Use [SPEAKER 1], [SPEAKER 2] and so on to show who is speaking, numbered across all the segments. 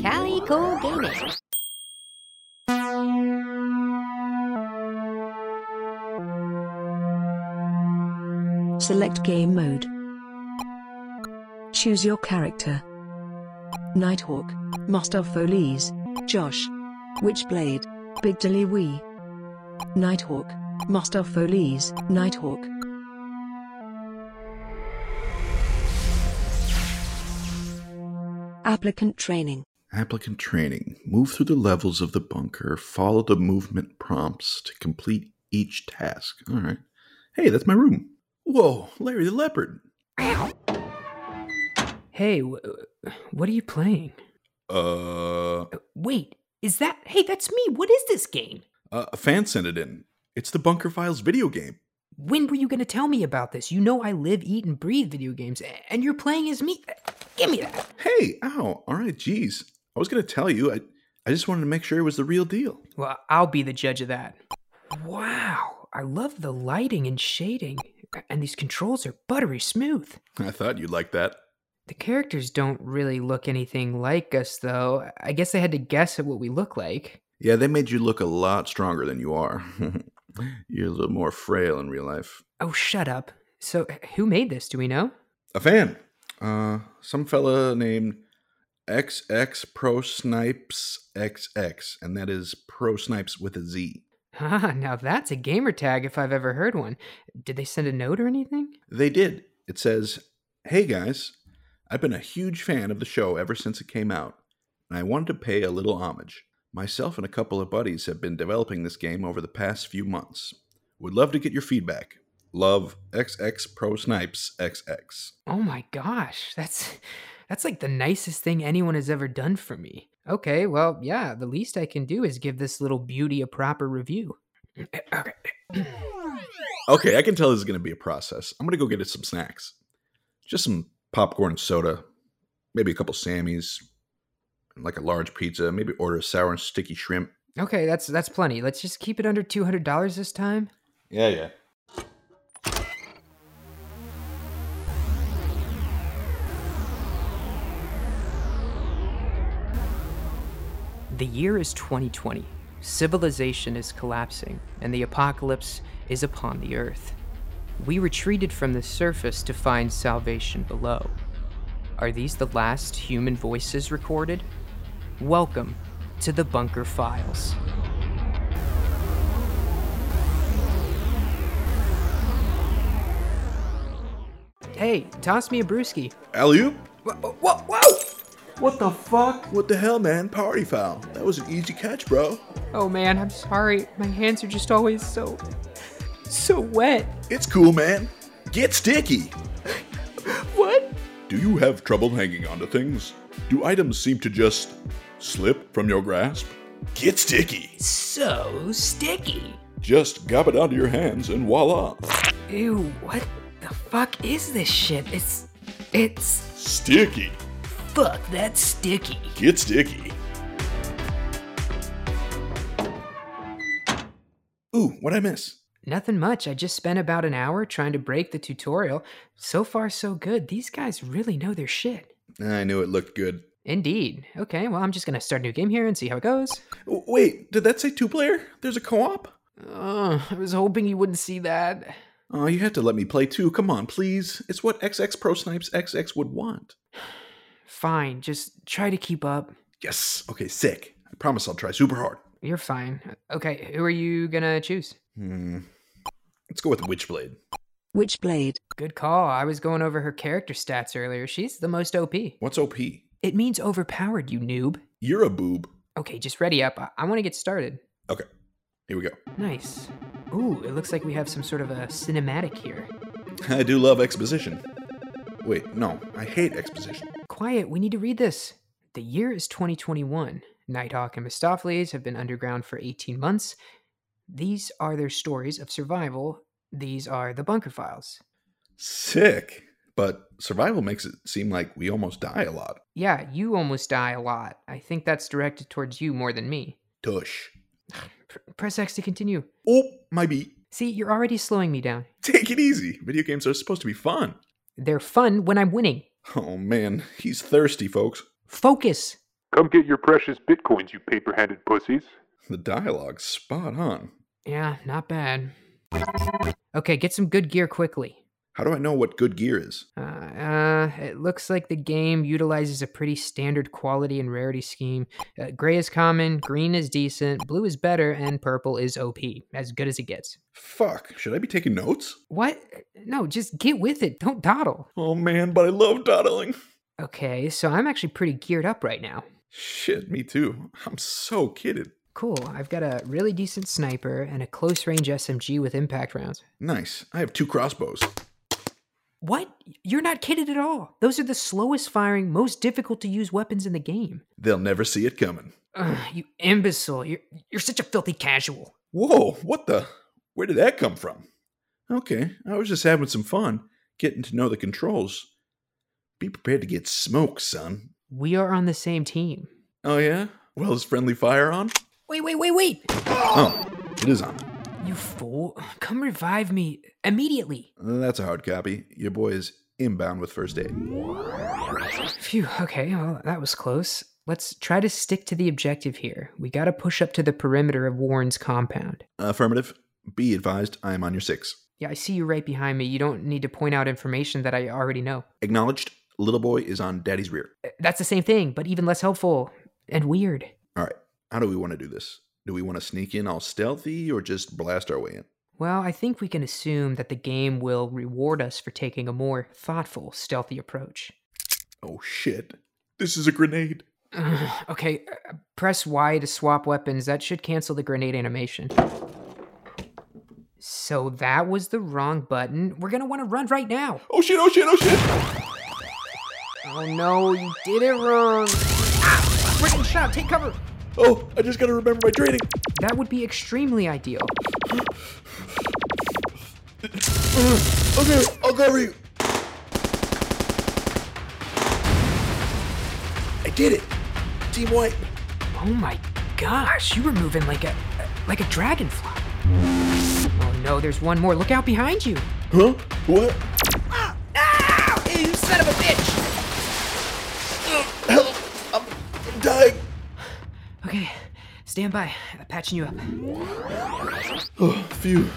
[SPEAKER 1] Calico Gaming.
[SPEAKER 2] Select game mode. Choose your character. Nighthawk, Mustafo Lees, Josh. Witchblade, Big Dilly Wee. Nighthawk, Mustafo Lees, Nighthawk. Applicant training.
[SPEAKER 3] Applicant training. Move through the levels of the bunker. Follow the movement prompts to complete each task. All right. Hey, that's my room. Whoa, Larry the Leopard.
[SPEAKER 4] Hey, wh- what are you playing?
[SPEAKER 3] Uh,
[SPEAKER 4] Wait, is that. Hey, that's me. What is this game?
[SPEAKER 3] uh, a fan sent it in. It's the Bunker Files video game.
[SPEAKER 4] When were you going to tell me about this? You know I live, eat, and breathe video games, a- and you're playing as me. Uh, Give me that.
[SPEAKER 3] Hey, ow. All right, geez. I was going to tell you. I, I just wanted to make sure it was the real deal.
[SPEAKER 4] Well, I'll be the judge of that. Wow, I love the lighting and shading, and these controls are buttery smooth.
[SPEAKER 3] I thought you'd like that.
[SPEAKER 4] The characters don't really look anything like us, though. I guess they had to guess at what we look like.
[SPEAKER 3] Yeah, they made you look a lot stronger than you are. You're a little more frail in real life.
[SPEAKER 4] Oh, shut up. So, who made this? Do we know?
[SPEAKER 3] a fan. Uh, some fella named XX Pro Snipes XX, and that is Pro Snipes with a Z.
[SPEAKER 4] Ah, now that's a gamer tag if I've ever heard one. Did they send a note or anything?
[SPEAKER 3] They did. It says, "Hey guys, I've been a huge fan of the show ever since it came out, and I wanted to pay a little homage. Myself and a couple of buddies have been developing this game over the past few months. Would love to get your feedback. Love XX Pro Snipes XX."
[SPEAKER 4] Oh my gosh, that's that's like the nicest thing anyone has ever done for me. Okay, well, yeah, the least I can do is give this little beauty a proper review. Okay.
[SPEAKER 3] Okay, I can tell this is going to be a process. I'm going to go get us some snacks. Just some popcorn and soda, maybe a couple Sammys, and like a large pizza, maybe order a sour and sticky shrimp.
[SPEAKER 4] Okay, that's that's plenty. Let's just keep it under $200 this time.
[SPEAKER 3] Yeah, yeah.
[SPEAKER 4] The year is 2020. Civilization is collapsing, and the apocalypse is upon the earth. We retreated from the surface to find salvation below. Are these the last human voices recorded? Welcome to the Bunker Files. Hey, toss me a brewski.
[SPEAKER 3] Alley oop!
[SPEAKER 4] Whoa, whoa, whoa!
[SPEAKER 3] What the fuck? What the hell, man? Party foul. That was an easy catch, bro.
[SPEAKER 4] Oh man, I'm sorry. My hands are just always so, so wet.
[SPEAKER 3] It's cool, man. Get sticky!
[SPEAKER 4] What?
[SPEAKER 3] Do you have trouble hanging onto things? Do items seem to just slip from your grasp? Get sticky!
[SPEAKER 4] So sticky.
[SPEAKER 3] Just gab it onto your hands and voila!
[SPEAKER 4] Ew, what the fuck is this shit? It's, it's,
[SPEAKER 3] Sticky!
[SPEAKER 4] fuck, that's sticky.
[SPEAKER 3] Get sticky. Ooh, what I miss?
[SPEAKER 4] Nothing much. I just spent about an hour trying to break the tutorial. So far, so good. These guys really know their shit.
[SPEAKER 3] I knew it looked good.
[SPEAKER 4] Indeed. Okay, well, I'm just gonna start a new game here and see how it goes.
[SPEAKER 3] W- Wait, did that say two player? There's a co-op?
[SPEAKER 4] Ugh, I was hoping you wouldn't see that.
[SPEAKER 3] Oh, you had to let me play two. Come on, please. It's what XX Pro Snipes XX would want.
[SPEAKER 4] Fine, just try to keep up.
[SPEAKER 3] Yes. Okay, sick. I promise I'll try super hard.
[SPEAKER 4] You're fine. Okay, who are you gonna choose?
[SPEAKER 3] Hmm. Let's go with Witchblade.
[SPEAKER 2] Witchblade.
[SPEAKER 4] Good call. I was going over her character stats earlier. She's the most OP.
[SPEAKER 3] What's OP?
[SPEAKER 4] It means overpowered, you noob.
[SPEAKER 3] You're a boob.
[SPEAKER 4] Okay, just ready up. I, I want to get started.
[SPEAKER 3] Okay. Here we go.
[SPEAKER 4] Nice. Ooh, it looks like we have some sort of a cinematic here.
[SPEAKER 3] I do love exposition. Wait, no. I hate exposition.
[SPEAKER 4] Quiet, we need to read this. The year is 2021. Nighthawk and Mistopheles have been underground for 18 months. These are their stories of survival. These are the bunker files.
[SPEAKER 3] Sick. But survival makes it seem like we almost die a lot.
[SPEAKER 4] Yeah, you almost die a lot. I think that's directed towards you more than me.
[SPEAKER 3] Tush.
[SPEAKER 4] Pr- press X to continue.
[SPEAKER 3] Oh, my beat.
[SPEAKER 4] See, you're already slowing me down.
[SPEAKER 3] Take it easy. Video games are supposed to be fun.
[SPEAKER 4] They're fun when I'm winning.
[SPEAKER 3] Oh man, he's thirsty, folks.
[SPEAKER 4] Focus!
[SPEAKER 1] Come get your precious bitcoins, you paper handed pussies.
[SPEAKER 3] The dialogue's spot on.
[SPEAKER 4] Yeah, not bad. Okay, get some good gear quickly.
[SPEAKER 3] How do I know what good gear is?
[SPEAKER 4] Uh, uh, it looks like the game utilizes a pretty standard quality and rarity scheme. Uh, gray is common, green is decent, blue is better, and purple is OP, as good as it gets.
[SPEAKER 3] Fuck, should I be taking notes?
[SPEAKER 4] What? No, just get with it. Don't dawdle.
[SPEAKER 3] Oh man, but I love dawdling.
[SPEAKER 4] Okay, so I'm actually pretty geared up right now.
[SPEAKER 3] Shit, me too. I'm so kidded.
[SPEAKER 4] Cool, I've got a really decent sniper and a close range SMG with impact rounds.
[SPEAKER 3] Nice. I have two crossbows.
[SPEAKER 4] What? You're not kidded at all. Those are the slowest firing, most difficult to use weapons in the game.
[SPEAKER 3] They'll never see it coming.
[SPEAKER 4] Ugh, you imbecile. You're, you're such a filthy casual.
[SPEAKER 3] Whoa, what the? Where did that come from? Okay, I was just having some fun, getting to know the controls. Be prepared to get smoked, son.
[SPEAKER 4] We are on the same team.
[SPEAKER 3] Oh, yeah? Well, is friendly fire on?
[SPEAKER 4] Wait, wait, wait, wait!
[SPEAKER 3] Oh, it is on.
[SPEAKER 4] You fool. Come revive me immediately.
[SPEAKER 3] That's a hard copy. Your boy is inbound with first aid.
[SPEAKER 4] Phew, okay, well, that was close. Let's try to stick to the objective here. We gotta push up to the perimeter of Warren's compound.
[SPEAKER 3] Affirmative. Be advised, I am on your six.
[SPEAKER 4] Yeah, I see you right behind me. You don't need to point out information that I already know.
[SPEAKER 3] Acknowledged, little boy is on daddy's rear.
[SPEAKER 4] Uh, That's the same thing, but even less helpful and weird.
[SPEAKER 3] All right, how do we want to do this? Do we want to sneak in all stealthy or just blast our way in?
[SPEAKER 4] Well, I think we can assume that the game will reward us for taking a more thoughtful, stealthy approach.
[SPEAKER 3] Oh shit, this is a grenade.
[SPEAKER 4] Ugh, okay, uh, press Y to swap weapons. That should cancel the grenade animation. So that was the wrong button. We're gonna wanna run right now.
[SPEAKER 3] Oh shit, oh shit, oh shit!
[SPEAKER 4] Oh no, you did it wrong. Ah, we're getting shot. Take cover.
[SPEAKER 3] Oh, I just gotta remember my training.
[SPEAKER 4] That would be extremely ideal.
[SPEAKER 3] Okay, I'll cover you. I did it. Team White.
[SPEAKER 4] Oh my gosh, you were moving like a like a dragonfly. Oh no, there's one more. Look out behind you.
[SPEAKER 3] Huh? What?
[SPEAKER 4] Ah, you son of a bitch.
[SPEAKER 3] Help! I'm dying.
[SPEAKER 4] Okay, stand by. I'm patching you up.
[SPEAKER 3] Oh, phew.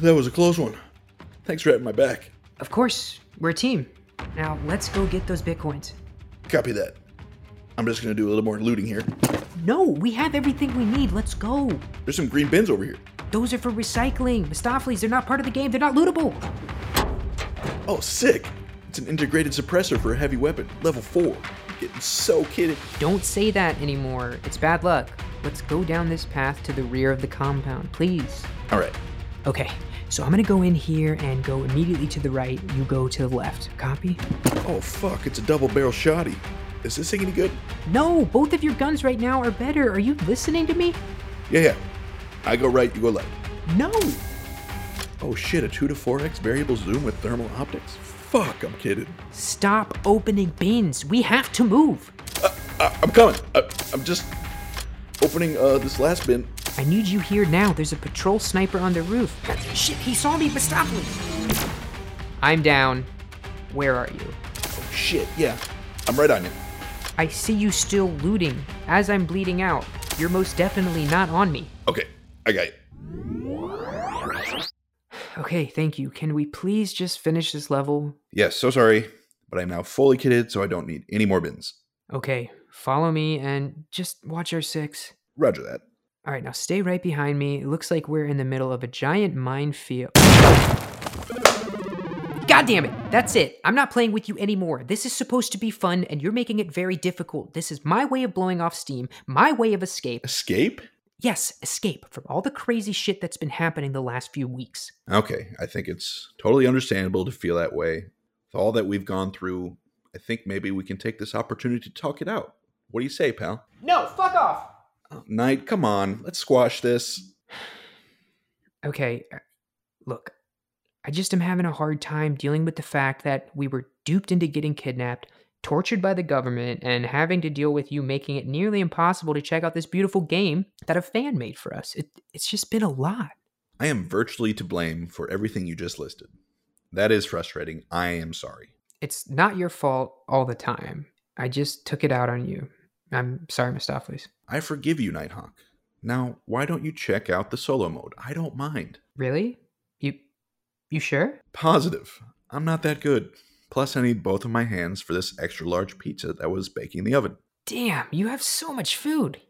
[SPEAKER 3] That was a close one. Thanks for having my back.
[SPEAKER 4] Of course, we're a team. Now let's go get those bitcoins.
[SPEAKER 3] Copy that. I'm just gonna do a little more looting here.
[SPEAKER 4] No, we have everything we need. Let's go.
[SPEAKER 3] There's some green bins over here.
[SPEAKER 4] Those are for recycling. Mistaflis, they're not part of the game. They're not lootable.
[SPEAKER 3] Oh, sick! It's an integrated suppressor for a heavy weapon, level 4. Getting so kidded.
[SPEAKER 4] Don't say that anymore. It's bad luck. Let's go down this path to the rear of the compound, please.
[SPEAKER 3] Alright,
[SPEAKER 4] Okay, so I'm gonna go in here and go immediately to the right. You go to the left. Copy?
[SPEAKER 3] Oh fuck, it's a double barrel shotty. Is this thing any good?
[SPEAKER 4] No, both of your guns right now are better. Are you listening to me?
[SPEAKER 3] Yeah, yeah. I go right, you go left.
[SPEAKER 4] No.
[SPEAKER 3] Oh shit, a 2 to 4x variable zoom with thermal optics? Fuck, I'm kidding.
[SPEAKER 4] Stop opening bins. We have to move.
[SPEAKER 3] I- I'm coming. I- I'm just opening uh, this last bin.
[SPEAKER 4] I need you here now. There's a patrol sniper on the roof. Shit, he saw me, Mistopoli. I'm down. Where are you?
[SPEAKER 3] Oh shit, yeah. I'm right on you.
[SPEAKER 4] I see you still looting as I'm bleeding out. You're most definitely not on me.
[SPEAKER 3] Okay, I got you.
[SPEAKER 4] Okay, thank you. Can we please just finish this level?
[SPEAKER 3] Yes, so sorry, but I'm now fully kitted, so I don't need any more bins.
[SPEAKER 4] Okay, follow me and just watch our six.
[SPEAKER 3] Roger that.
[SPEAKER 4] All right, now stay right behind me. It looks like we're in the middle of a giant minefield. God damn it. That's it. I'm not playing with you anymore. This is supposed to be fun and you're making it very difficult. This is my way of blowing off steam, my way of escape.
[SPEAKER 3] Escape?
[SPEAKER 4] Yes, escape from all the crazy shit that's been happening the last few weeks.
[SPEAKER 3] Okay, I think it's totally understandable to feel that way. With all that we've gone through, I think maybe we can take this opportunity to talk it out. What do you say, pal? Oh,
[SPEAKER 4] No, fuck off.
[SPEAKER 3] Knight, come on, let's squash this.
[SPEAKER 4] Okay, uh, look, I just am having a hard time dealing with the fact that we were duped into getting kidnapped, tortured by the government, and having to deal with you making it nearly impossible to check out this beautiful game that a fan made for us. It, it's just been a lot.
[SPEAKER 3] I am virtually to blame for everything you just listed. That is frustrating. I am sorry.
[SPEAKER 4] It's not your fault all the time. I just took it out on you. I'm sorry, Mistopheles.
[SPEAKER 3] I forgive you, Nighthawk. Now, why don't you check out the solo mode? I don't mind.
[SPEAKER 4] Really? You you sure?
[SPEAKER 3] Positive. I'm not that good. Plus, I need both of my hands for this extra large pizza that was baking in the oven.
[SPEAKER 4] Damn, you have so much food.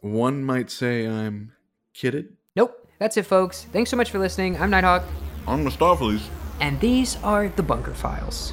[SPEAKER 3] One might say I'm kidded.
[SPEAKER 4] Nope. That's it folks. Thanks so much for listening. I'm Nighthawk.
[SPEAKER 3] I'm Mistopheles.
[SPEAKER 4] And these are the bunker files.